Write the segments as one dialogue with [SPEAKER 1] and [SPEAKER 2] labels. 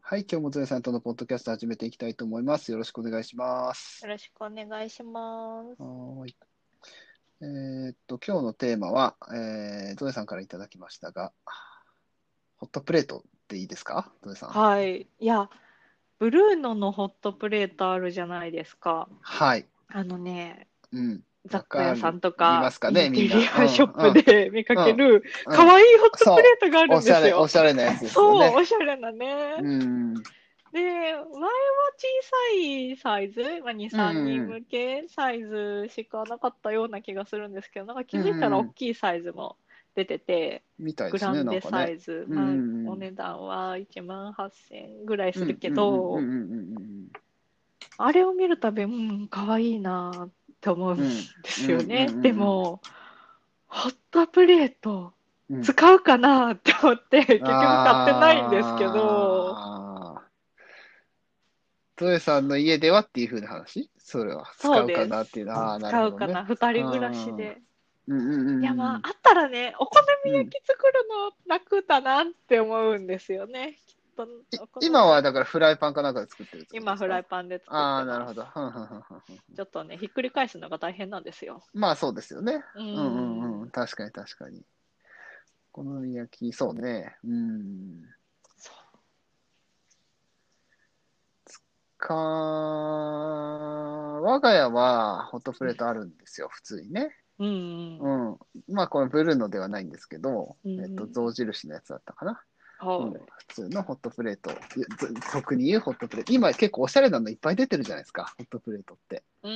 [SPEAKER 1] はい、今日もゾエさんとのポッドキャスト始めていきたいと思います。よろしくお願いします
[SPEAKER 2] よ。ろしくお願いします。
[SPEAKER 1] はーい。えーっと、今日のテーマは、えー、ゾエさんからいただきましたが、ホットプレートっていいですかゾエさん。
[SPEAKER 2] はい。いや、ブルーノのホットプレートあるじゃないですか。
[SPEAKER 1] はい。
[SPEAKER 2] あのね、
[SPEAKER 1] うん。
[SPEAKER 2] 雑貨屋さんと
[SPEAKER 1] わか
[SPEAKER 2] か、
[SPEAKER 1] りますかね
[SPEAKER 2] インテリ
[SPEAKER 1] みんなうん
[SPEAKER 2] アショップで見かける、かわいいホットプレートがあるん
[SPEAKER 1] お
[SPEAKER 2] で
[SPEAKER 1] しゃ
[SPEAKER 2] す
[SPEAKER 1] れ、お
[SPEAKER 2] よ。
[SPEAKER 1] しゃれなやつですよ
[SPEAKER 2] そう、
[SPEAKER 1] ね。
[SPEAKER 2] おしゃれなね。
[SPEAKER 1] うん。
[SPEAKER 2] で、前は小さいサイズ、まあ、2、3人向けサイズしかなかったような気がするんですけど、なんか気づいたら大きいサイズも出てて、
[SPEAKER 1] みたい
[SPEAKER 2] グ
[SPEAKER 1] です
[SPEAKER 2] ラ
[SPEAKER 1] ね、
[SPEAKER 2] ン
[SPEAKER 1] なん
[SPEAKER 2] デ
[SPEAKER 1] か
[SPEAKER 2] サ
[SPEAKER 1] ね。
[SPEAKER 2] イズ、
[SPEAKER 1] うん
[SPEAKER 2] まあ
[SPEAKER 1] うんうん
[SPEAKER 2] お値段は1万8000円ぐらいす
[SPEAKER 1] うん
[SPEAKER 2] るけど、
[SPEAKER 1] うんうんうんうんうん
[SPEAKER 2] あれを見るたび、うん、可愛いなって思うんですよね。
[SPEAKER 1] うんうんうんうん
[SPEAKER 2] でも、ホットプレート
[SPEAKER 1] うん。
[SPEAKER 2] 使うかなって思って、 結局買ってないんですけど、
[SPEAKER 1] あー。ゾエさんの家ではっていう風な話それは。使
[SPEAKER 2] そう
[SPEAKER 1] う
[SPEAKER 2] です
[SPEAKER 1] かなっていうのは、あーな
[SPEAKER 2] 使
[SPEAKER 1] る
[SPEAKER 2] う
[SPEAKER 1] ほ
[SPEAKER 2] か
[SPEAKER 1] どね。
[SPEAKER 2] な、2人暮らしで。
[SPEAKER 1] うんうんうんうん。
[SPEAKER 2] いや、まあ、あったらね、お好み焼き作るの楽だなって思うんですよね。きっと
[SPEAKER 1] い
[SPEAKER 2] お好み
[SPEAKER 1] 今はだからフライパンかなんかで作ってるってことですか
[SPEAKER 2] 今、フライパンで作って
[SPEAKER 1] ああ、なる
[SPEAKER 2] ま
[SPEAKER 1] ほ
[SPEAKER 2] す
[SPEAKER 1] ど。ふんふんふんふんふん
[SPEAKER 2] ちょっとね、ひっくり返すのが大変なんですよ。
[SPEAKER 1] まあそうですよね。
[SPEAKER 2] うん
[SPEAKER 1] うんうんうん。確かに確かに。お好み焼き、そうね。うん。
[SPEAKER 2] そ
[SPEAKER 1] か、我が家はホットプレートあるんですよ、普通にね。
[SPEAKER 2] う。うんうん。
[SPEAKER 1] うん。まあこれブルーノではないんですけど、
[SPEAKER 2] うん
[SPEAKER 1] えっと、象印のやつだったかな。うん
[SPEAKER 2] は
[SPEAKER 1] 普通のホットプレート。ず俗に言うホットプレート。今結構おしゃれなのいっぱい出てるじゃないですか、ホットプレートって。
[SPEAKER 2] い。うん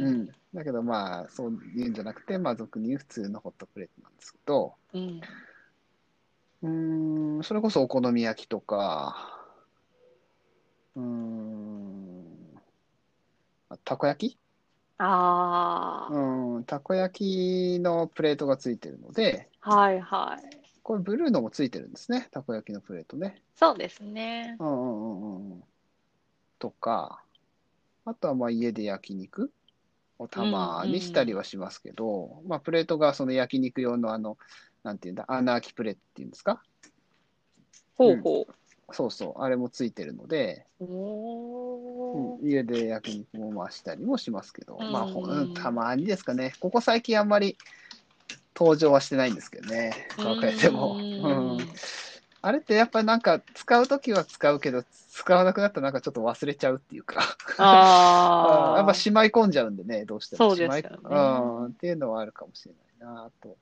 [SPEAKER 1] う
[SPEAKER 2] うん
[SPEAKER 1] ん、だけどまあそういうんじゃなくて、まあ、俗に言う普通のホットプレートなんですけど
[SPEAKER 2] うん。うん。
[SPEAKER 1] うーんそれこそお好み焼きとかうーんあたこ焼き
[SPEAKER 2] あ
[SPEAKER 1] うんたこ焼きのプレートがついてるので
[SPEAKER 2] あ、はいはい。
[SPEAKER 1] これブルーのもついてるんですねたこ焼きのプレートね
[SPEAKER 2] そうですね。
[SPEAKER 1] うんうんうんうんとかあとはまあ家で焼肉をたまにしたりはしますけど、まあプレートがその焼肉用のあのなんていうんだ穴あきプレートっていうんですか
[SPEAKER 2] ほうほ
[SPEAKER 1] そうそうあれもついてるので、
[SPEAKER 2] う。おー。
[SPEAKER 1] うん家で焼肉もまあしたりもしますけど、まあほ
[SPEAKER 2] うん
[SPEAKER 1] うんたまにですかねここ最近あんまり登場はしてないんですけどね 若いでも。
[SPEAKER 2] うん
[SPEAKER 1] うんあれってやっぱりなんか使う時は使うけど使わなくなったらなんかちょっと忘れちゃうっていうか
[SPEAKER 2] あ
[SPEAKER 1] あ
[SPEAKER 2] あ。
[SPEAKER 1] ーやっぱしまい込んじゃうんでね、どうしても。
[SPEAKER 2] そうですよね
[SPEAKER 1] しまいうん、っていうのはあるかもしれないなと。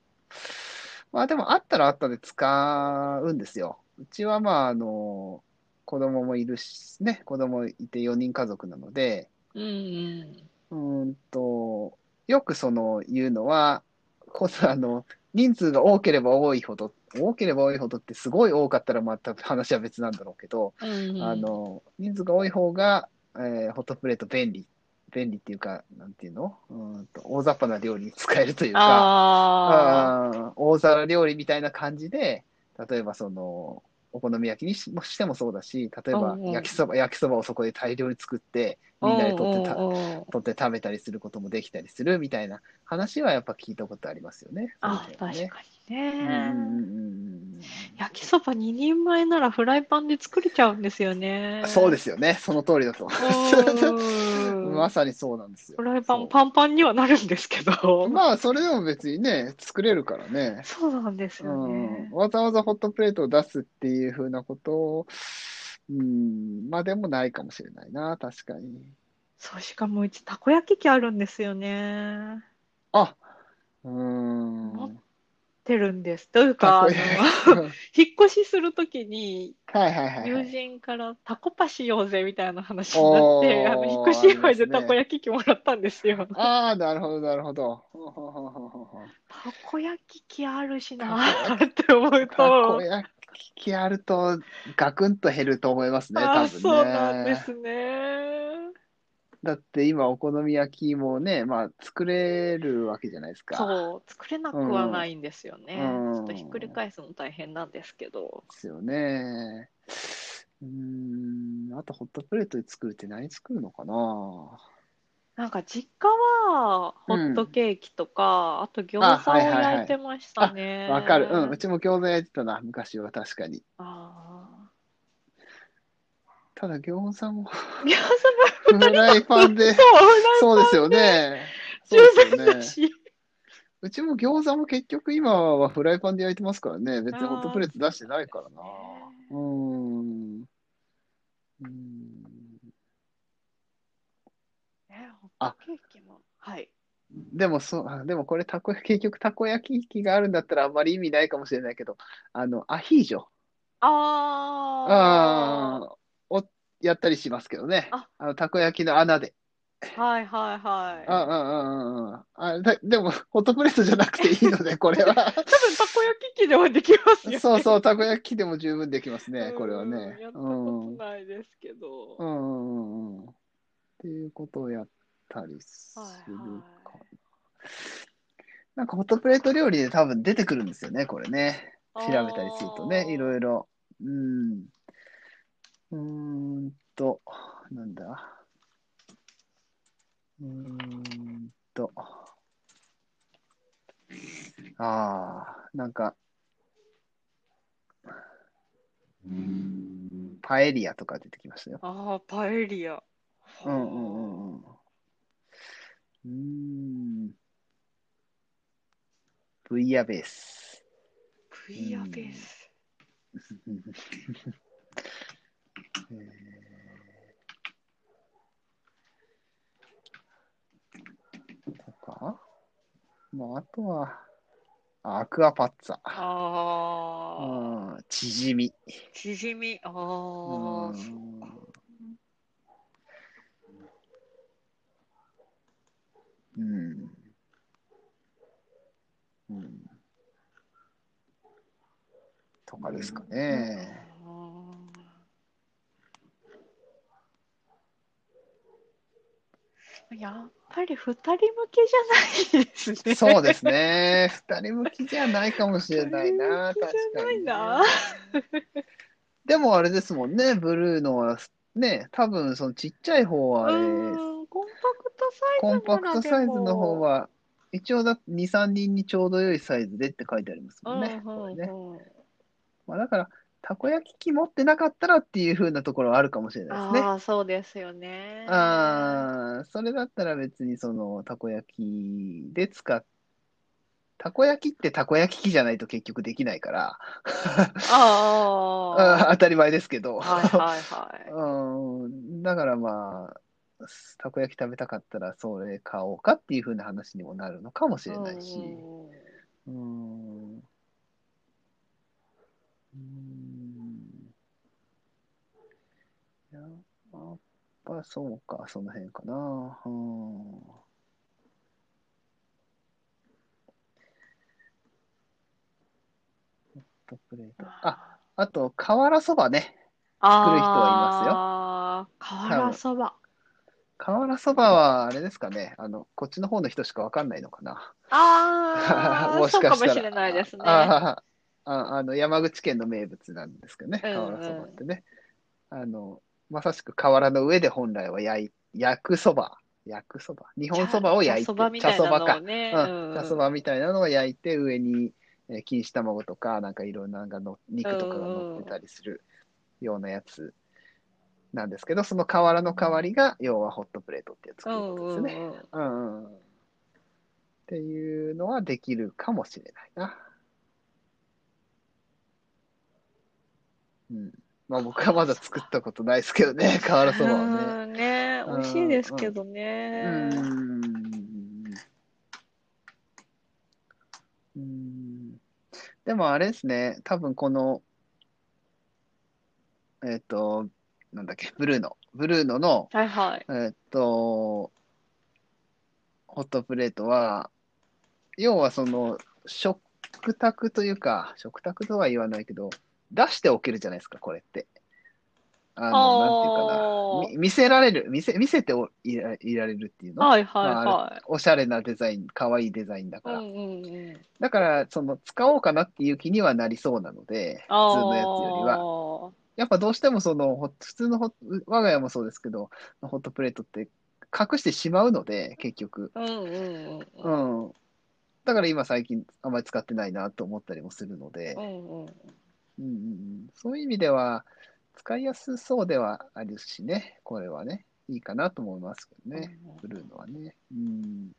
[SPEAKER 1] まあでも、あったらあったで使うんですよ。うちはまあ、あの、子供もいるし、ね、子供いて4人家族なので、
[SPEAKER 2] うんうん。
[SPEAKER 1] うーんと、よくその言うのは、こそあの、人数が多ければ多いほど、多ければ多いほどってすごい多かったらまた話は別なんだろうけど、
[SPEAKER 2] うんうん。
[SPEAKER 1] あの人数が多い方が、えーホットプレート便利便利っていうかなんていうのうーんと大雑把な料理に使えるというか
[SPEAKER 2] ああ。
[SPEAKER 1] うん大皿料理みたいな感じで例えばそのお好み焼きにしもしてもそうだし例えば
[SPEAKER 2] うんうん
[SPEAKER 1] 焼きそば、焼きそばをそこで大量に作ってみんなで取ってた、
[SPEAKER 2] うんうんうん
[SPEAKER 1] 取って食べたりすることもできたりするみたいな話はやっぱ聞いたことありますよね。
[SPEAKER 2] あ
[SPEAKER 1] そう
[SPEAKER 2] あ、
[SPEAKER 1] いうのね
[SPEAKER 2] 確かに
[SPEAKER 1] うんうんうん
[SPEAKER 2] ね。焼きそば2人前ならフライパンで作れちゃうんですよね。
[SPEAKER 1] う。ん、そうですすよねその通りだと思います。 まさにそうなんですよ
[SPEAKER 2] フ。ライパ
[SPEAKER 1] そう
[SPEAKER 2] ンパンパンにはなるんですけど、
[SPEAKER 1] まあ、それでも別にね、作れるからね。
[SPEAKER 2] そうなんです
[SPEAKER 1] う
[SPEAKER 2] よ
[SPEAKER 1] ん、
[SPEAKER 2] ね。
[SPEAKER 1] わざわざホットプレートを出すっていうふうなことを、うん、まあでもないかもしれないな、確かに。
[SPEAKER 2] そう、しかもうちたこ焼き器あるんですよね。
[SPEAKER 1] あ、うん。
[SPEAKER 2] てるんです。という
[SPEAKER 1] かっこ
[SPEAKER 2] か、あの
[SPEAKER 1] いい
[SPEAKER 2] 引っ越しするときに
[SPEAKER 1] はいはいはいは
[SPEAKER 2] 友
[SPEAKER 1] い。
[SPEAKER 2] 人からタコパしようぜみたいな話になって、
[SPEAKER 1] おー
[SPEAKER 2] あの引っ越し祝い
[SPEAKER 1] ありますね
[SPEAKER 2] でたこ焼き器もらったんですよ。
[SPEAKER 1] ああ、なるほど、なるほど。ほうほうほうほうほうほう
[SPEAKER 2] たこ焼き器あるしなーって思う、
[SPEAKER 1] たこと焼きやると、ガクンと減ると思いますね、
[SPEAKER 2] あ
[SPEAKER 1] 多
[SPEAKER 2] ー
[SPEAKER 1] 分
[SPEAKER 2] そうなん
[SPEAKER 1] ね
[SPEAKER 2] で。すね。
[SPEAKER 1] だって今、お好み焼きもね、まあ作れるわけじゃないですか。
[SPEAKER 2] そう、作れなくはないんですよね。
[SPEAKER 1] うん
[SPEAKER 2] ちょっとひっくり返すの大変なんですけど。
[SPEAKER 1] ですよね。うーん、あとホットプレートで作るって何作るのかな
[SPEAKER 2] なんか実家はホットケーキとか、あと餃子を焼いてましたね。
[SPEAKER 1] わかる。うん、うちも餃子焼いてたな、昔は確かに。
[SPEAKER 2] あ
[SPEAKER 1] ただ餃子も
[SPEAKER 2] いや、そ
[SPEAKER 1] フライパンで、
[SPEAKER 2] そ
[SPEAKER 1] そう
[SPEAKER 2] う、
[SPEAKER 1] ですよね。そう
[SPEAKER 2] 十
[SPEAKER 1] です
[SPEAKER 2] 分
[SPEAKER 1] よ
[SPEAKER 2] だ
[SPEAKER 1] ね。
[SPEAKER 2] し。
[SPEAKER 1] うちも餃子も結局今はフライパンで焼いてますからね。別にホットプレート出してないからな。うーん。うーん
[SPEAKER 2] ねホッ
[SPEAKER 1] あ
[SPEAKER 2] トケーキも。はい。
[SPEAKER 1] でもそう、あでもこれたこ、結局たこ焼き器があるんだったらあんまり意味ないかもしれないけど、あの、アヒージョ。
[SPEAKER 2] あ
[SPEAKER 1] ああ、をやったりしますけどね。
[SPEAKER 2] あ
[SPEAKER 1] あの、たこ焼きの穴で。
[SPEAKER 2] あ。はいはいはい。
[SPEAKER 1] ああ、ああ、あだ、でも、ホットプレートじゃなくていいの で、これは。
[SPEAKER 2] 多分たこ焼き器ではできますよね。
[SPEAKER 1] そうそう、たこ焼き器でも十分できますね、これは
[SPEAKER 2] うん
[SPEAKER 1] ね。
[SPEAKER 2] やった
[SPEAKER 1] う
[SPEAKER 2] こ
[SPEAKER 1] ん。う
[SPEAKER 2] と
[SPEAKER 1] ん
[SPEAKER 2] ないですけど。
[SPEAKER 1] う
[SPEAKER 2] は
[SPEAKER 1] んうんうん。っていうことをやったりす
[SPEAKER 2] い
[SPEAKER 1] る
[SPEAKER 2] は
[SPEAKER 1] か
[SPEAKER 2] い。
[SPEAKER 1] なんかホットプレート料理で多分出てくるんですよね、これね。
[SPEAKER 2] あ
[SPEAKER 1] 調
[SPEAKER 2] ー
[SPEAKER 1] べたりするとね、いろいろ。うん。うーんと、なんだ。うーんと。ああ、なんか。パエリアとか出てきましたよ。
[SPEAKER 2] ああ、パエリア。
[SPEAKER 1] うんうんうんうん。うーん。ブイヤベース。
[SPEAKER 2] ブイヤベース。
[SPEAKER 1] えーとか、まあ、あとは、あアクアパッツァ、
[SPEAKER 2] ああ。
[SPEAKER 1] うん、チヂミ、
[SPEAKER 2] チヂミ。ああ。
[SPEAKER 1] うん
[SPEAKER 2] そ
[SPEAKER 1] うんうん、とかですかね。
[SPEAKER 2] あーやっぱり二人向けじゃないですね。
[SPEAKER 1] そうですね。二人向きじゃないかもしれないな。
[SPEAKER 2] 二人向きじゃないな
[SPEAKER 1] 確かにねでもあれですもんね、ブルーのは、ね、多分そのちっちゃい方はあれ、
[SPEAKER 2] うんコンパクトサイズ
[SPEAKER 1] コンパ
[SPEAKER 2] な
[SPEAKER 1] ク
[SPEAKER 2] ら
[SPEAKER 1] ト
[SPEAKER 2] で
[SPEAKER 1] サイズの
[SPEAKER 2] も
[SPEAKER 1] 方は、一応だ、2、3人にちょうど良いサイズでって書いてありますもんね。
[SPEAKER 2] うんうんう
[SPEAKER 1] こ
[SPEAKER 2] ん
[SPEAKER 1] れねまあ、だから、たこ焼き器持ってなかったらっていう風なところはあるかもしれないですね。
[SPEAKER 2] ああ、そうですよね。
[SPEAKER 1] ああ、それだったら別にそのたこ焼きで使っ、たこ焼きってたこ焼き器じゃないと結局できないから、
[SPEAKER 2] あ
[SPEAKER 1] あー当たり前ですけど、
[SPEAKER 2] あ。はいはいはい。
[SPEAKER 1] うん、だからまあ、たこ焼き食べたかったらそれ買おうかっていう風な話にもなるのかもしれないし、
[SPEAKER 2] うん
[SPEAKER 1] うん。うんやっぱそうか、その辺かな。うん。ホットプレート。あ、あと、瓦そばね。
[SPEAKER 2] 作
[SPEAKER 1] る人はいますよ
[SPEAKER 2] ああ、瓦そば。
[SPEAKER 1] 瓦そばは、あれですかね。あの、こっちの方の人しかわかんないのかな。
[SPEAKER 2] あ あ、
[SPEAKER 1] もしか
[SPEAKER 2] そう
[SPEAKER 1] した
[SPEAKER 2] かも
[SPEAKER 1] ら。
[SPEAKER 2] しれないですね。
[SPEAKER 1] ああああの、山口県の名物なんですけどね、
[SPEAKER 2] うんうん
[SPEAKER 1] 瓦そばってね。あの、まさしく瓦の上で本来は焼い焼くそば、焼くそば、日本そばを焼いて、
[SPEAKER 2] 茶そばみたいなのをね。
[SPEAKER 1] 茶そばか、うん、茶そ
[SPEAKER 2] ば
[SPEAKER 1] ばみたいなのを焼いて、上に、えー錦糸卵とか、なんかいろんなのがの、肉とかが乗ってたりするようなやつなんですけど、その瓦の代わりが、要はホットプレートってやつ
[SPEAKER 2] う
[SPEAKER 1] なん
[SPEAKER 2] ん
[SPEAKER 1] です
[SPEAKER 2] う
[SPEAKER 1] よ
[SPEAKER 2] ん
[SPEAKER 1] ね。
[SPEAKER 2] うん。
[SPEAKER 1] うんうんっていうのはできるかもしれないな。うん。まあ僕はまだ作ったことないですけど ね、瓦そばはね。
[SPEAKER 2] うんね美味しいですけど
[SPEAKER 1] う
[SPEAKER 2] ね。
[SPEAKER 1] ーん。うーん。でもあれですね、多分この、えっと、なんだっけ、ブルーノ。ブルーノの、
[SPEAKER 2] はいはい。
[SPEAKER 1] えーっと、ホットプレートは、要はその、食卓というか、食卓とは言わないけど、出しておけるじゃないですか、これって。あの、
[SPEAKER 2] あー
[SPEAKER 1] なんていうかな。み見せられる、見せ、見せておいらいられるっていうの。
[SPEAKER 2] はいはいは
[SPEAKER 1] おしゃれなデザイン、可愛いデザインだ
[SPEAKER 2] い。う
[SPEAKER 1] から。
[SPEAKER 2] んうんうん。普
[SPEAKER 1] だから、その、使おうかなっていう気にはなりそうなので、普通のやつよりは。
[SPEAKER 2] は。
[SPEAKER 1] やっぱどうしてもそのほ普通のほ我が家もそうですけどホットプレートって隠してしまうので結局、
[SPEAKER 2] うんうんうん。
[SPEAKER 1] う
[SPEAKER 2] うん
[SPEAKER 1] ん、だから今最近あまり使ってないなと思ったりもするので、
[SPEAKER 2] うん
[SPEAKER 1] う
[SPEAKER 2] うん。
[SPEAKER 1] んうんうん、そういう意味では使いやすそうではあるしね、これはね、いいかなと思いますけどね、
[SPEAKER 2] うんうん
[SPEAKER 1] ブルーのはね。うん。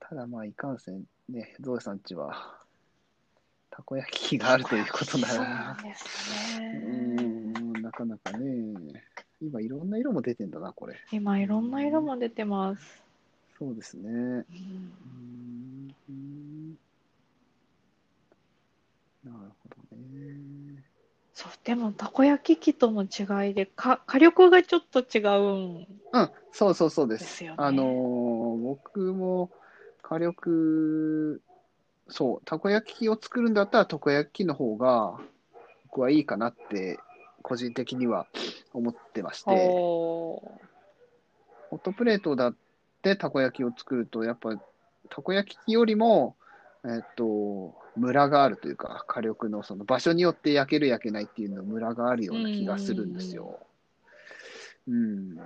[SPEAKER 1] ただまあ、いかんせん、ね、ゾウさんちは、たこ焼き器があるということな
[SPEAKER 2] そう
[SPEAKER 1] ら
[SPEAKER 2] な、んです
[SPEAKER 1] う
[SPEAKER 2] ね。
[SPEAKER 1] ん、なかなかね、今いろんな色も出てんだな、これ。
[SPEAKER 2] 今いろんな色も出てます。
[SPEAKER 1] そうですね。
[SPEAKER 2] うん
[SPEAKER 1] うーんなるほどね。
[SPEAKER 2] そう、でもたこ焼き器との違いで、か火力がちょっと違うん
[SPEAKER 1] うん、そうそうそうで。
[SPEAKER 2] ですすよね。
[SPEAKER 1] あのー僕も火力、そう、たこ焼きを作るんだったら、たこ焼きの方が、僕はいいかなって、個人的には思ってまして、
[SPEAKER 2] おー
[SPEAKER 1] ホットプレートだってたこ焼きを作ると、やっぱ、たこ焼きよりも、えっと、ムラがあるというか、火力のその場所によって焼ける焼けないっていうのムラがあるような気がするんですよ。うん。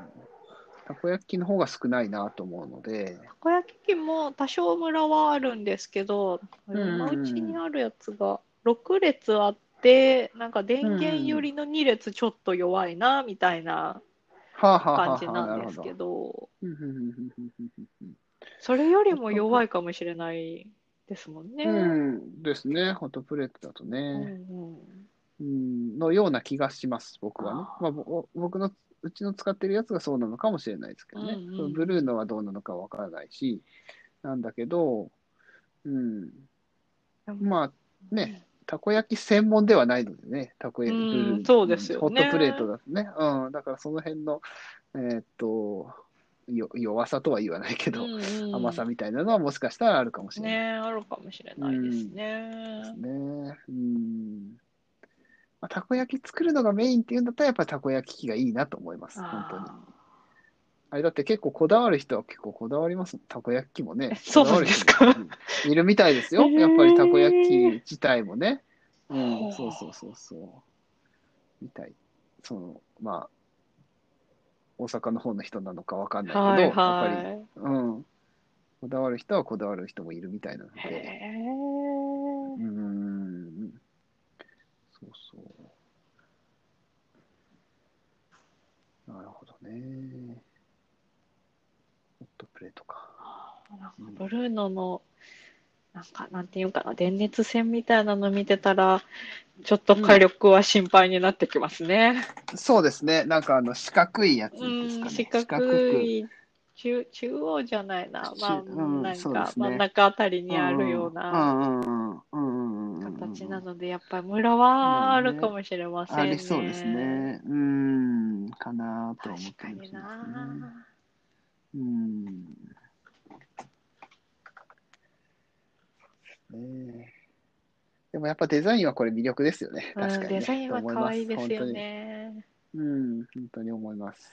[SPEAKER 1] たこ焼きの方が少ないなと思うので、
[SPEAKER 2] たこ焼き器も多少ムラはあるんですけど、
[SPEAKER 1] んうん
[SPEAKER 2] 今うちにあるやつが6列あって、なんか電源寄りの2列ちょっと弱いなみたいな
[SPEAKER 1] はあ、はあはあは
[SPEAKER 2] 感
[SPEAKER 1] あ、
[SPEAKER 2] じなんです
[SPEAKER 1] る
[SPEAKER 2] け
[SPEAKER 1] ほど。
[SPEAKER 2] ど、
[SPEAKER 1] うんうんうんうん
[SPEAKER 2] それよりも弱いかもしれないですもんね。
[SPEAKER 1] うんうんうんですね、ホットプレートだと
[SPEAKER 2] うん
[SPEAKER 1] ね、
[SPEAKER 2] うん
[SPEAKER 1] うん、のような気がします、僕はね
[SPEAKER 2] あ。ー
[SPEAKER 1] まあ、ぼ僕のうちの使ってるやつがそうなのかもしれないですけどね、
[SPEAKER 2] うんうん
[SPEAKER 1] そのブルーのはどうなのかわからないし、なんだけど、うん、まあね、たこ焼き専門ではないのでね、たこ焼き、
[SPEAKER 2] うん
[SPEAKER 1] ブルー
[SPEAKER 2] そうですよ
[SPEAKER 1] ホ
[SPEAKER 2] ね
[SPEAKER 1] ットプレートだとね、うん、だからその辺の、えーっと、よ弱さとは言わないけど、
[SPEAKER 2] うんうん
[SPEAKER 1] 甘さみたいなのはもしかしたらあるかもしれない
[SPEAKER 2] ねあるかもしれないです
[SPEAKER 1] です
[SPEAKER 2] ね。
[SPEAKER 1] ね。うん。まあ、たこ焼き作るのがメインっていうんだったら、やっぱりたこ焼き器がいいなと思います。本当に。
[SPEAKER 2] あ
[SPEAKER 1] あれだって結構こだわる人は結構こだわります。たこ焼き器もね。
[SPEAKER 2] そうなんですか
[SPEAKER 1] こだわる人もうんいるみたいですよ。
[SPEAKER 2] へー
[SPEAKER 1] やっぱりたこ焼き自体もね。う
[SPEAKER 2] ほ
[SPEAKER 1] ん、
[SPEAKER 2] う
[SPEAKER 1] そうそうそうそう。みたい。その、まあ、大阪の方の人なのかわかんない
[SPEAKER 2] ー
[SPEAKER 1] けど、
[SPEAKER 2] はい
[SPEAKER 1] やっぱり、
[SPEAKER 2] は
[SPEAKER 1] うん。こだわる人はこだわる人もいるみたいなの
[SPEAKER 2] い。へ
[SPEAKER 1] で。
[SPEAKER 2] え。
[SPEAKER 1] うーんそうそう。なるほどね。ホットプレートか。
[SPEAKER 2] なんかブルーノのなんかなんていうかな電熱線みたいなの見てたらちょっと火力は心配になってきますね。
[SPEAKER 1] そうですね。なんかあの四角いやつで
[SPEAKER 2] うん、四
[SPEAKER 1] すかね。
[SPEAKER 2] 角い中中央じゃないな、まあ
[SPEAKER 1] 中うん
[SPEAKER 2] なん
[SPEAKER 1] そうで
[SPEAKER 2] か
[SPEAKER 1] すね
[SPEAKER 2] 真ん中あたり
[SPEAKER 1] 四
[SPEAKER 2] にあるような。
[SPEAKER 1] な
[SPEAKER 2] 形な
[SPEAKER 1] の
[SPEAKER 2] ので、やっぱりムラはあるかもしれませんね。
[SPEAKER 1] ありそうです。ね。うーん。かなとは思って
[SPEAKER 2] 確か
[SPEAKER 1] ますね。
[SPEAKER 2] にな。
[SPEAKER 1] うん。ねえでもやっぱデザインはこれ魅力ですよね。確かに、
[SPEAKER 2] う
[SPEAKER 1] ね
[SPEAKER 2] ん、デザインは可愛いで
[SPEAKER 1] と思
[SPEAKER 2] すよ
[SPEAKER 1] ます
[SPEAKER 2] ね。
[SPEAKER 1] 本当に。うん、本当に思います。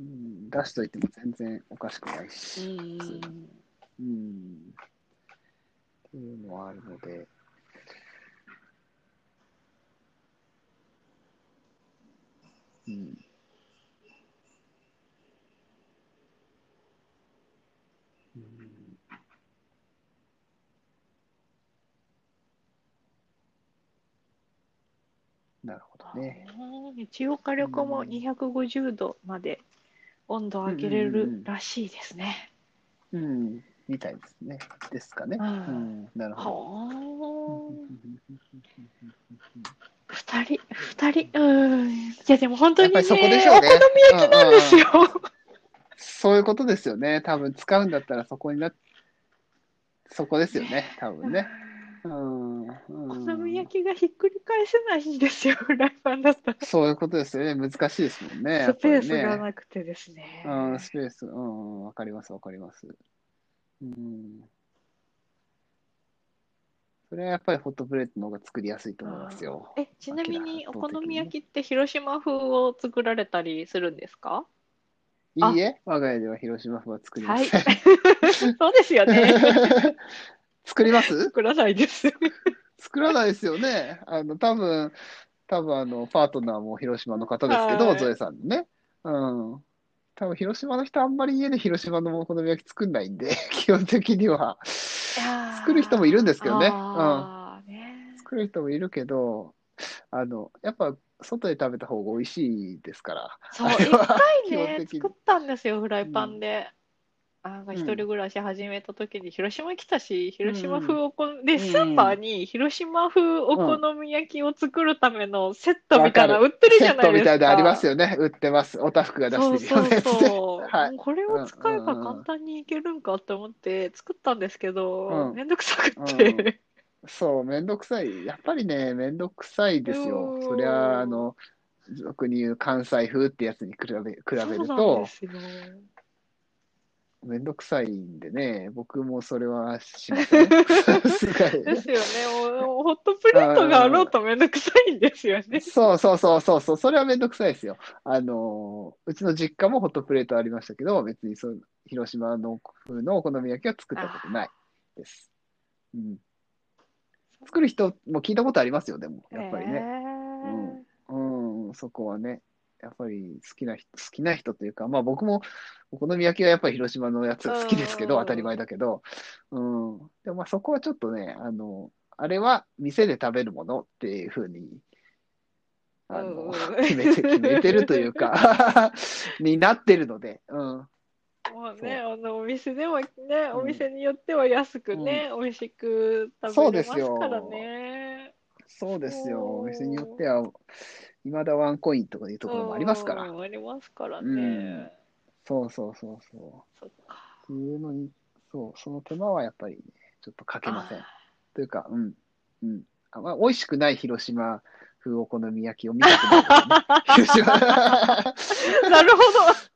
[SPEAKER 1] うん、出しといても全然おかしくないうし。
[SPEAKER 2] ん。
[SPEAKER 1] うん。っていうのはあるので。うん。うんなるほどね。
[SPEAKER 2] 一応火力も
[SPEAKER 1] うん
[SPEAKER 2] 250度まで温度を上げれるらしいですね。
[SPEAKER 1] うん。みたいですね。ですかね。
[SPEAKER 2] う
[SPEAKER 1] うんん。なるほど。
[SPEAKER 2] ほー
[SPEAKER 1] う
[SPEAKER 2] 二人、二人、うん。いや、でも本当に
[SPEAKER 1] や
[SPEAKER 2] ね、
[SPEAKER 1] っぱりそこでしょうね
[SPEAKER 2] お好み焼きなんですよ。
[SPEAKER 1] そういうことですよね。多分使うんだったらそこになそこですよね。多分ね。うん。お
[SPEAKER 2] お好み焼きがひっくり返せないんで すよ、フライパンだったら。
[SPEAKER 1] そういうことですよね。難しいですもんね。や
[SPEAKER 2] ス
[SPEAKER 1] っぱり
[SPEAKER 2] ペ
[SPEAKER 1] ね
[SPEAKER 2] ースがなくてですね。
[SPEAKER 1] うん、スペース。うん、わかります、わかります。うん。それはやっぱりホットプレートの方が作りやすいと思いますよ。
[SPEAKER 2] え、ちなみ
[SPEAKER 1] 明
[SPEAKER 2] に
[SPEAKER 1] ら
[SPEAKER 2] お
[SPEAKER 1] か
[SPEAKER 2] 好
[SPEAKER 1] 圧倒的
[SPEAKER 2] み
[SPEAKER 1] にね
[SPEAKER 2] 焼きって広島風を作られたりするんですかあ
[SPEAKER 1] いいえ、我が家では広島風は作りま
[SPEAKER 2] はい。
[SPEAKER 1] せん。
[SPEAKER 2] そうですよ ね。
[SPEAKER 1] 作ります
[SPEAKER 2] 作らないです。
[SPEAKER 1] 作らないですよね。あの、多分、多分あの、パートナーも広島の方ですけど、
[SPEAKER 2] はい
[SPEAKER 1] ゾエさんね。うん。多分、 広島の人、あんまり家で広島のお好み焼き作んないんで、基本的には。
[SPEAKER 2] いやー
[SPEAKER 1] 作る人もいるんですけどね。うん。
[SPEAKER 2] あーね
[SPEAKER 1] 作る人もいるけど、あの、やっぱ外で食べた方が美味しいですから。
[SPEAKER 2] そう、
[SPEAKER 1] あ
[SPEAKER 2] 一
[SPEAKER 1] れは
[SPEAKER 2] 回
[SPEAKER 1] 基本
[SPEAKER 2] ね、
[SPEAKER 1] 的に
[SPEAKER 2] 作ったんですよ、フライパンで。なんか一人暮らし始めた時に、広島来たし、広島風おこ、で、
[SPEAKER 1] うんうん
[SPEAKER 2] スーパーに広島風お好み焼きを作るためのセットみたいなの売ってるじ
[SPEAKER 1] セ
[SPEAKER 2] ゃ
[SPEAKER 1] ッ
[SPEAKER 2] ない
[SPEAKER 1] ト
[SPEAKER 2] で
[SPEAKER 1] み
[SPEAKER 2] す
[SPEAKER 1] たいなのあります
[SPEAKER 2] か。
[SPEAKER 1] よね。売ってます。おたふくが出
[SPEAKER 2] そ
[SPEAKER 1] し
[SPEAKER 2] う
[SPEAKER 1] てるようなやつ
[SPEAKER 2] そう
[SPEAKER 1] ね。
[SPEAKER 2] そう。
[SPEAKER 1] はい
[SPEAKER 2] これを使えば
[SPEAKER 1] うんうんうん
[SPEAKER 2] 簡単にいけるんかって思って作ったんですけど、
[SPEAKER 1] うん
[SPEAKER 2] めんどくさくって。
[SPEAKER 1] うんそう、めんどくさい。やっぱりね、めんどくさいですよ
[SPEAKER 2] う。ん
[SPEAKER 1] そりゃ、あの、俗に言う関西風ってやつに比べ、比べ
[SPEAKER 2] そう
[SPEAKER 1] る
[SPEAKER 2] なん
[SPEAKER 1] と
[SPEAKER 2] で、すよ。
[SPEAKER 1] めんどくさいんでね、僕もそれはしま せん。さすがに
[SPEAKER 2] で
[SPEAKER 1] ね
[SPEAKER 2] すよね。おおホットプレートがあろうとめんどくさいんですよね。
[SPEAKER 1] そうそうそうそうそう、それはめんどくさいですよ。あの、うちの実家もホットプレートありましたけど、別にそう、広島の風のお好み焼きは作ったことないです。うん。作る人も聞いたことありますよ、でも、やっぱりね。
[SPEAKER 2] ね。
[SPEAKER 1] うん、そこはね、やっぱり好きな人、好きな人というか、まあ僕もお好み焼きはやっぱり広島のやつが好きですけど、
[SPEAKER 2] うん
[SPEAKER 1] 当たり前だけど、うん。でもまあそこはちょっとね、あの、あれは店で食べるものっていうふうに、あ
[SPEAKER 2] うんう
[SPEAKER 1] の、
[SPEAKER 2] ん
[SPEAKER 1] 決めて、決めてるというか、 になってるので、うん。
[SPEAKER 2] もう
[SPEAKER 1] そう
[SPEAKER 2] ね、あのお店でもね、
[SPEAKER 1] うん
[SPEAKER 2] お店によっては安くね、美味しく食べ
[SPEAKER 1] そう
[SPEAKER 2] れ
[SPEAKER 1] で
[SPEAKER 2] ます
[SPEAKER 1] よ
[SPEAKER 2] からね。
[SPEAKER 1] そうです
[SPEAKER 2] そう
[SPEAKER 1] よ。お店によっては、未だワンコインとかいうところもありますから。
[SPEAKER 2] うんありますから
[SPEAKER 1] う
[SPEAKER 2] ね
[SPEAKER 1] ん。そうそうそうそう。
[SPEAKER 2] そっか。
[SPEAKER 1] っていうのに、そう、その手間はやっぱり、ね、ちょっとかけません
[SPEAKER 2] あ。
[SPEAKER 1] というか、うん、うん。あまあ、美味しくない広島風お好み焼きを見たくないからね、広島っ
[SPEAKER 2] なる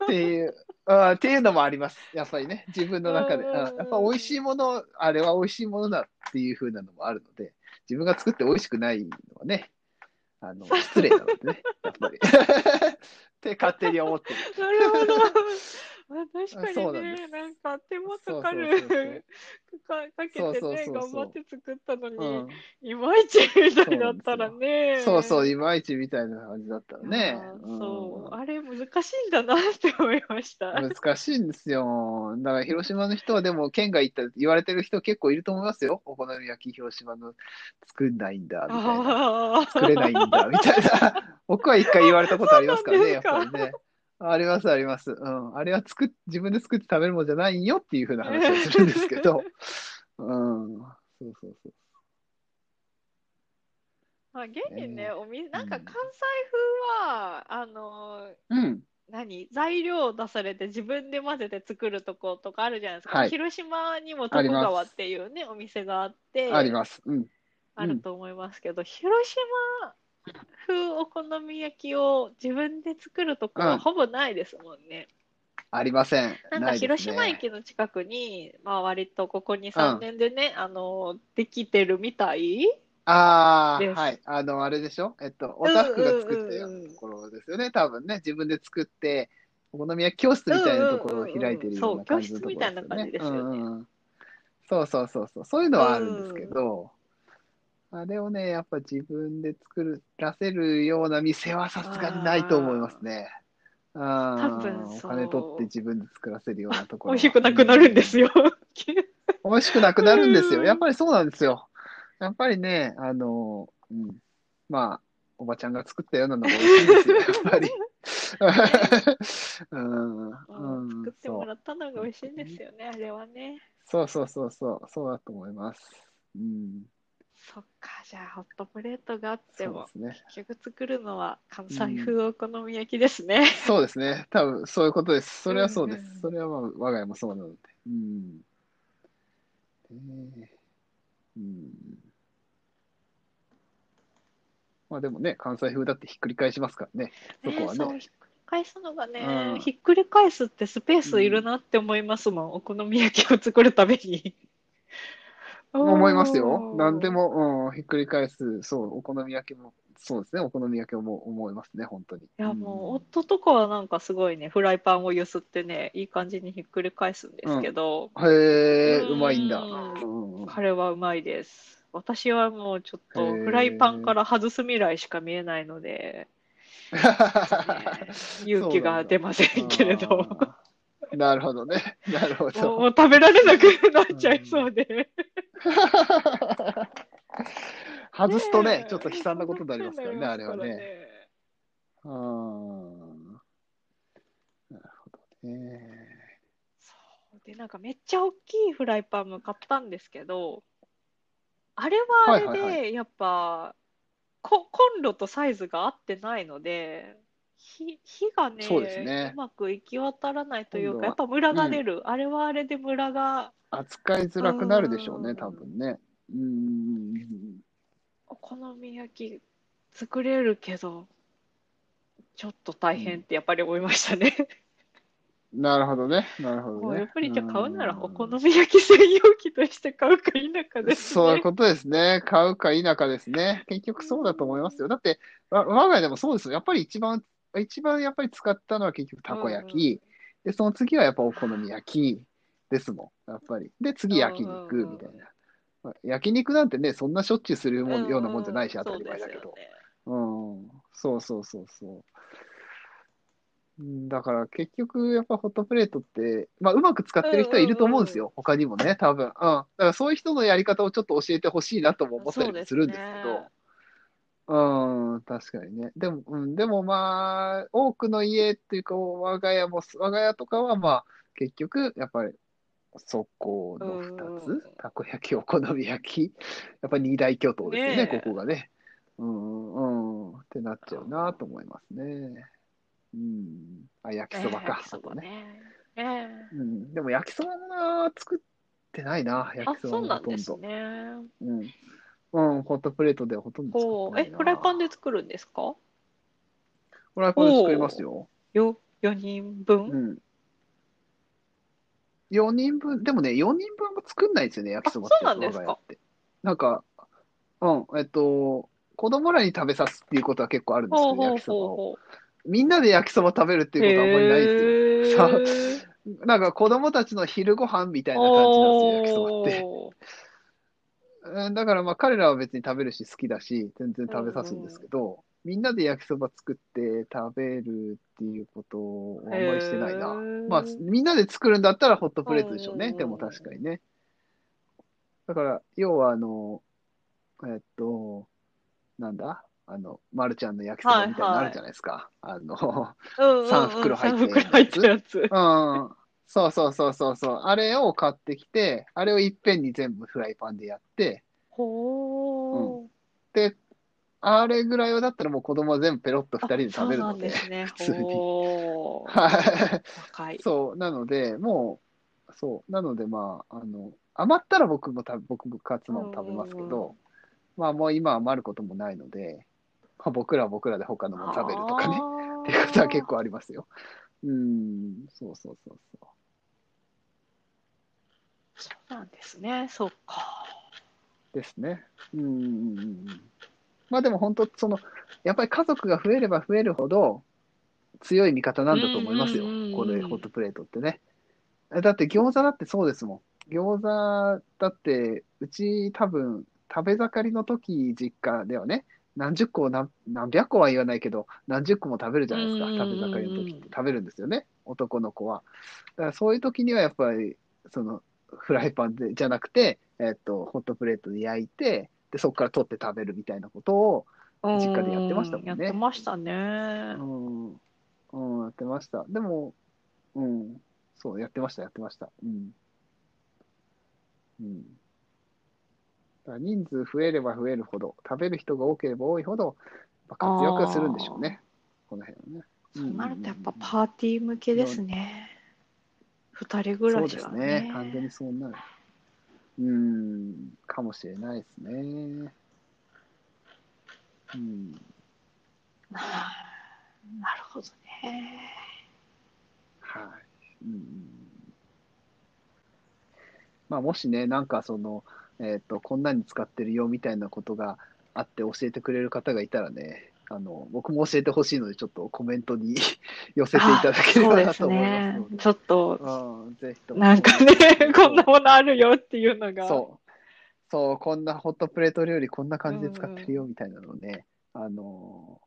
[SPEAKER 2] ほ
[SPEAKER 1] ていう、あっていうのもあります。やっぱりね、自分の中で。
[SPEAKER 2] うん
[SPEAKER 1] あやっぱ美味しいもの、あれは美味しいものだっていう風なのもあるので、自分が作って美味しくないのはね、あ の、失礼なのでね、やっぱり。って勝手に思ってる。
[SPEAKER 2] ど、なる ほど。まあ確か
[SPEAKER 1] そう
[SPEAKER 2] に
[SPEAKER 1] なんで
[SPEAKER 2] ね、
[SPEAKER 1] す
[SPEAKER 2] なんか手間かか
[SPEAKER 1] そうそうそうそう
[SPEAKER 2] る、 かかけ
[SPEAKER 1] そう
[SPEAKER 2] て
[SPEAKER 1] そう
[SPEAKER 2] ね、
[SPEAKER 1] そうそう
[SPEAKER 2] 頑張って作ったの
[SPEAKER 1] う
[SPEAKER 2] に
[SPEAKER 1] ん、
[SPEAKER 2] いまいちみたいだったらね。
[SPEAKER 1] そうそう、いまいちみたいな感じだったらね。
[SPEAKER 2] あー
[SPEAKER 1] うん
[SPEAKER 2] そう、あれ難しいんだなって思いました。
[SPEAKER 1] 難しいんですよ。だから広島の人はでも県外行ったら言われてる人結構いると思いますよ。お好み焼き広島の作んないんだみたいな。
[SPEAKER 2] ああ
[SPEAKER 1] 作れないんだみたいな。 僕は一回言われたことありますからね、や
[SPEAKER 2] そ
[SPEAKER 1] っ
[SPEAKER 2] うな
[SPEAKER 1] ぱり
[SPEAKER 2] ん
[SPEAKER 1] ね。ありますあります。うん。あれは作っ自分で作って食べるもんじゃないよっていうふうな話をするんですけど。 うん。そうそうそう。
[SPEAKER 2] まあ、現にね、
[SPEAKER 1] ね
[SPEAKER 2] おみ、なんか
[SPEAKER 1] うん
[SPEAKER 2] 関西風は、あのー、
[SPEAKER 1] うん。
[SPEAKER 2] 何、材料を出されて自分で混ぜて作るとことかあるじゃないですか。
[SPEAKER 1] はい
[SPEAKER 2] 広島にも
[SPEAKER 1] あ
[SPEAKER 2] 徳
[SPEAKER 1] ります
[SPEAKER 2] 川っていうね、お店があって、
[SPEAKER 1] あります。うん。
[SPEAKER 2] あると思いますけど、広島風お好み焼きを自分で作るとこ
[SPEAKER 1] う
[SPEAKER 2] は
[SPEAKER 1] ん
[SPEAKER 2] ほぼないですもんね。
[SPEAKER 1] ありません。
[SPEAKER 2] なんか
[SPEAKER 1] ないですね
[SPEAKER 2] 広島駅の近くに、まあ割とここ2、3年でね、あの、できてるみたい。
[SPEAKER 1] あ
[SPEAKER 2] です
[SPEAKER 1] あ、はい。あの、あれでしょえっと、おたふくが作って
[SPEAKER 2] うんうんうん
[SPEAKER 1] るところですよね。多分ね、自分で作って、お好み焼き教室みたいなところを開いてるような感じのところ
[SPEAKER 2] うんうんうんそう教室みたいな感じですよね
[SPEAKER 1] うんうんそうそうそうそう。そういうのはあるんですけど、あれをね、やっぱ自分で作らせるような店はさすがにないと思いますね。ああ
[SPEAKER 2] 多分そう
[SPEAKER 1] お金取って自分で作らせるようなところ
[SPEAKER 2] 美
[SPEAKER 1] は。
[SPEAKER 2] 味しくなくなるんですよ。
[SPEAKER 1] 美味しくなくなるんです
[SPEAKER 2] う
[SPEAKER 1] よ。
[SPEAKER 2] ん
[SPEAKER 1] やっぱりそうなんですよ。やっぱりね、あの、うん、まあ、おばちゃんが作ったようなのが美味しいん ですよ、やっぱり。 うん、うん
[SPEAKER 2] 作ってもらったのが美味しいんですよね、あれはね。
[SPEAKER 1] そうそうそうそうそう、そうだと思います。うん、
[SPEAKER 2] そっか、じゃあホットプレートがあって
[SPEAKER 1] そう
[SPEAKER 2] も、
[SPEAKER 1] ですね。
[SPEAKER 2] 結局作るのは関西風お好み焼きですね。
[SPEAKER 1] そうですね。多分そういうことです。それはそうで
[SPEAKER 2] うんうん
[SPEAKER 1] す。それは、まあ、我が家もそうなので。うん。ねえうん。まあでもね、関西風だってひっくり返しますからね。そこは
[SPEAKER 2] ねそう
[SPEAKER 1] ね。
[SPEAKER 2] ひっくり返すのがね、
[SPEAKER 1] うん
[SPEAKER 2] ひっくり返すってスペースいるなって思いますもん、お好み焼きを作るために。
[SPEAKER 1] 思いますよ。
[SPEAKER 2] おー
[SPEAKER 1] 何でも、うん、ひっくり返す。そう、お好み焼きも、そうですね。お好み焼きも思いますね、本当に。
[SPEAKER 2] いやも
[SPEAKER 1] うん、
[SPEAKER 2] う夫とかはなんかすごいねフライパンを揺すってねいい感じにひっくり返すんですけど、
[SPEAKER 1] へえ、
[SPEAKER 2] うん
[SPEAKER 1] うまいんだ。
[SPEAKER 2] うん
[SPEAKER 1] うん
[SPEAKER 2] 彼 はうまいです私はもうちょっ
[SPEAKER 1] へ
[SPEAKER 2] と
[SPEAKER 1] ー
[SPEAKER 2] フライパンから外す未来しか見えないの で、ね勇気が出ませんけれど
[SPEAKER 1] あー なるほどね。なるほ
[SPEAKER 2] もう
[SPEAKER 1] ど。
[SPEAKER 2] もう食べられなくなっちゃいそうで。
[SPEAKER 1] 外すとね
[SPEAKER 2] え
[SPEAKER 1] ちょっと悲惨なことになりますからね、あれは
[SPEAKER 2] 悲惨にな
[SPEAKER 1] ね。う
[SPEAKER 2] ります
[SPEAKER 1] ーん。なるほどね。
[SPEAKER 2] からねで、なんかめっちゃ大きいフライパンも買ったんですけど、あれはあれ
[SPEAKER 1] はいはい
[SPEAKER 2] で、やっぱ、こ、コンロとサイズが合ってないので、火、火がね、
[SPEAKER 1] そうですね
[SPEAKER 2] うまく行き渡らないという
[SPEAKER 1] 今度
[SPEAKER 2] か、
[SPEAKER 1] は
[SPEAKER 2] やっぱムラが出る。あれはあれでムラが、
[SPEAKER 1] 扱いづらくなるでしょう
[SPEAKER 2] う
[SPEAKER 1] ね、
[SPEAKER 2] ん
[SPEAKER 1] 多分ね。うーん。
[SPEAKER 2] お好み焼き作れるけど、ちょっと大変ってやっぱり思いましたね。
[SPEAKER 1] なるほどね。なるほ
[SPEAKER 2] も
[SPEAKER 1] ど
[SPEAKER 2] う
[SPEAKER 1] ね。
[SPEAKER 2] やっぱりじゃあ買うなら
[SPEAKER 1] ん
[SPEAKER 2] お好み焼き専用機として買うか否かです
[SPEAKER 1] そういう
[SPEAKER 2] ね。
[SPEAKER 1] ことですね。買うか否かですね。結局そうだと思いますよ。だって、わ我が家でもそうですよ。やっぱり一番、一番やっぱり使ったのは結局たこ焼き。で、その次はやっぱお好み焼きですもん。やっぱり。で、次焼
[SPEAKER 2] うんうん
[SPEAKER 1] 肉
[SPEAKER 2] うん
[SPEAKER 1] みたいな。まあ焼肉なんてね、そんなしょっちゅうするもん
[SPEAKER 2] うん
[SPEAKER 1] ようなもんじゃないし、
[SPEAKER 2] うん
[SPEAKER 1] 当たり前だけ
[SPEAKER 2] そう
[SPEAKER 1] ど。
[SPEAKER 2] ですよね
[SPEAKER 1] うん。そうそうそうそう。うんだから結局やっぱホットプレートって、まあ、うまく使ってる人はいると思うんですよ、他にもね、多分。うん。だからそういう人のやり方をちょっと教えてほしいなとも思ったりもするんですけ
[SPEAKER 2] そうですね
[SPEAKER 1] ど。うん、確かにね。でも、うん、でもまあ、多くの家っていうか、我が家も、我が家とかはまあ、結局、やっぱり、そこの2
[SPEAKER 2] うんうん
[SPEAKER 1] つ、たこ焼き、お好み焼き、やっぱり二大巨頭ですよね、
[SPEAKER 2] ねえ
[SPEAKER 1] ここがね。うんうんうん、ってなっちゃうなと思いますね。うん。あ、焼きそば
[SPEAKER 2] ええ
[SPEAKER 1] か。
[SPEAKER 2] 焼きそば
[SPEAKER 1] あとね。
[SPEAKER 2] ね。ええ
[SPEAKER 1] うん。でも焼きそばもな、作ってないな、
[SPEAKER 2] あ
[SPEAKER 1] 焼き、そば
[SPEAKER 2] そう
[SPEAKER 1] も
[SPEAKER 2] な
[SPEAKER 1] ほ
[SPEAKER 2] ん
[SPEAKER 1] と
[SPEAKER 2] で
[SPEAKER 1] ん
[SPEAKER 2] す
[SPEAKER 1] ど。
[SPEAKER 2] ね。
[SPEAKER 1] うん。うん、ホットプレートではほとんど作
[SPEAKER 2] こ
[SPEAKER 1] っ
[SPEAKER 2] う、
[SPEAKER 1] てな
[SPEAKER 2] え
[SPEAKER 1] い、な。
[SPEAKER 2] フライパンで作るんですか
[SPEAKER 1] フライパンで作りますよ。
[SPEAKER 2] よ、4人分
[SPEAKER 1] うん。4人分、でもね、4人分も作んないですよね、焼きそばって。
[SPEAKER 2] あそうなんですか
[SPEAKER 1] 我が家って。なんか、うん、えっと、子供らに食べさすっていうことは結構あるんです
[SPEAKER 2] ほう
[SPEAKER 1] けど、
[SPEAKER 2] ほう
[SPEAKER 1] 焼きそば
[SPEAKER 2] ほう
[SPEAKER 1] を。
[SPEAKER 2] ほう。
[SPEAKER 1] みんなで焼きそば食べるっていうことはあんまりないですよ。
[SPEAKER 2] へえ
[SPEAKER 1] なんか子供たちの昼ご飯みたいな感じなんですよ、焼きそばって。
[SPEAKER 2] おー
[SPEAKER 1] うんだからまあ彼らは別に食べるし好きだし、全然食べさすんですけど、みんなで焼きそば作って食べるっていうことをあんまりしてないな
[SPEAKER 2] へ。ー
[SPEAKER 1] まあみんなで作るんだったらホットプレートでしょう
[SPEAKER 2] うん
[SPEAKER 1] ね。
[SPEAKER 2] うん
[SPEAKER 1] でも確かにね。だから要はあの、えっと、なんだあの、まるちゃんの焼きそばみたいになるじゃないですか。あの、
[SPEAKER 2] うんうんうん
[SPEAKER 1] 三袋入ってるやつ
[SPEAKER 2] 三袋入ってるやつ。
[SPEAKER 1] うんそうそうそうそうそう。あれを買ってきて、あれをいっぺんに全部フライパンでやって、
[SPEAKER 2] ほー。
[SPEAKER 1] で、あれぐらいはだったらもう子供は全部ペロッと二人で食べる
[SPEAKER 2] あ
[SPEAKER 1] ので。
[SPEAKER 2] そうなんですね。
[SPEAKER 1] 普通に
[SPEAKER 2] ほ ー。
[SPEAKER 1] は
[SPEAKER 2] 若い
[SPEAKER 1] い。。そう、なので、もう、そう、なのでまあ、あの、余ったら僕も食べ、僕もカツマも食べますけ
[SPEAKER 2] うんうんう
[SPEAKER 1] ど、まあもう今は余ることもないので、まあ、僕らは僕らで他のも食べるとかね、
[SPEAKER 2] あー
[SPEAKER 1] っていうことは結構ありますよ。うん、そうそうそうそう。
[SPEAKER 2] そうなんですね。そうか。
[SPEAKER 1] ですね。うんうんうんうん。まあでも本当そのやっぱり家族が増えれば増えるほど強い味方なんだと思いますよ。
[SPEAKER 2] うんうんうんうん
[SPEAKER 1] これホットプレートってね。だって餃子だってそうですもん。餃子だってうち多分食べ盛りの時実家ではね何十個何何百個は言わないけど何十個も食べるじゃないですか
[SPEAKER 2] うんうんうんうん
[SPEAKER 1] 食べ盛りの時って食べるんですよね男の子は。だからそういう時にはやっぱりそのフライパンでじゃなくて、えっとホットプレートで焼いてでそこから取って食べるみたいなことを、実家でやってましたもんね
[SPEAKER 2] うやってましたね。
[SPEAKER 1] うんうん、やってましたでも、うん、そうやってましたやってましたうん、うん、だから人数増えれば増えるほど食べる人が多ければ多いほどやっぱ活躍はするんでしょうねこの辺はね
[SPEAKER 2] そうなるとやっぱ
[SPEAKER 1] うん
[SPEAKER 2] パーティー向けですね。二人暮らしは
[SPEAKER 1] そうですね。完全にそうなる。うーん、かもしれないですね。うん、
[SPEAKER 2] はあなるほどね。
[SPEAKER 1] はい。うんうんうん、まあ、もしね、なんかその、えっ、と、こんなに使ってるよみたいなことがあって教えてくれる方がいたらね、あの、僕も教えてほしいので、ちょっとコメントに寄せていただけれ
[SPEAKER 2] そう
[SPEAKER 1] ば
[SPEAKER 2] で
[SPEAKER 1] な
[SPEAKER 2] す
[SPEAKER 1] と思いま
[SPEAKER 2] ね
[SPEAKER 1] すので。。
[SPEAKER 2] ちょっと、
[SPEAKER 1] うん、ぜひとも
[SPEAKER 2] なんかね、 こんな
[SPEAKER 1] そう
[SPEAKER 2] ものあるよっていうのが。
[SPEAKER 1] そう。そう、こんなホットプレート料理こんな感じで使ってるよみたいなのをね、あのー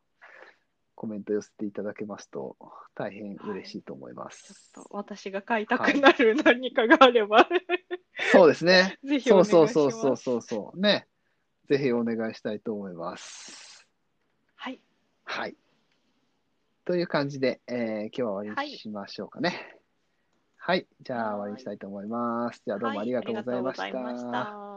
[SPEAKER 1] コメント寄せていただけますと、大変嬉しいと思いま
[SPEAKER 2] ち
[SPEAKER 1] す。
[SPEAKER 2] ょっと私が買いたくなる何かがあれば、
[SPEAKER 1] そうですね。
[SPEAKER 2] ぜひお
[SPEAKER 1] そ
[SPEAKER 2] 願
[SPEAKER 1] う
[SPEAKER 2] いし
[SPEAKER 1] そ
[SPEAKER 2] ま
[SPEAKER 1] う
[SPEAKER 2] す。
[SPEAKER 1] そうそうそうそう。ね。ぜひお願いしたいと思います。
[SPEAKER 2] はい。
[SPEAKER 1] はい。という感じで、えー今日は終わりにしましょうかね。はい。じゃあ終わりにしたいと思います。じゃあどうもありがとうございました。
[SPEAKER 2] はありがとうございました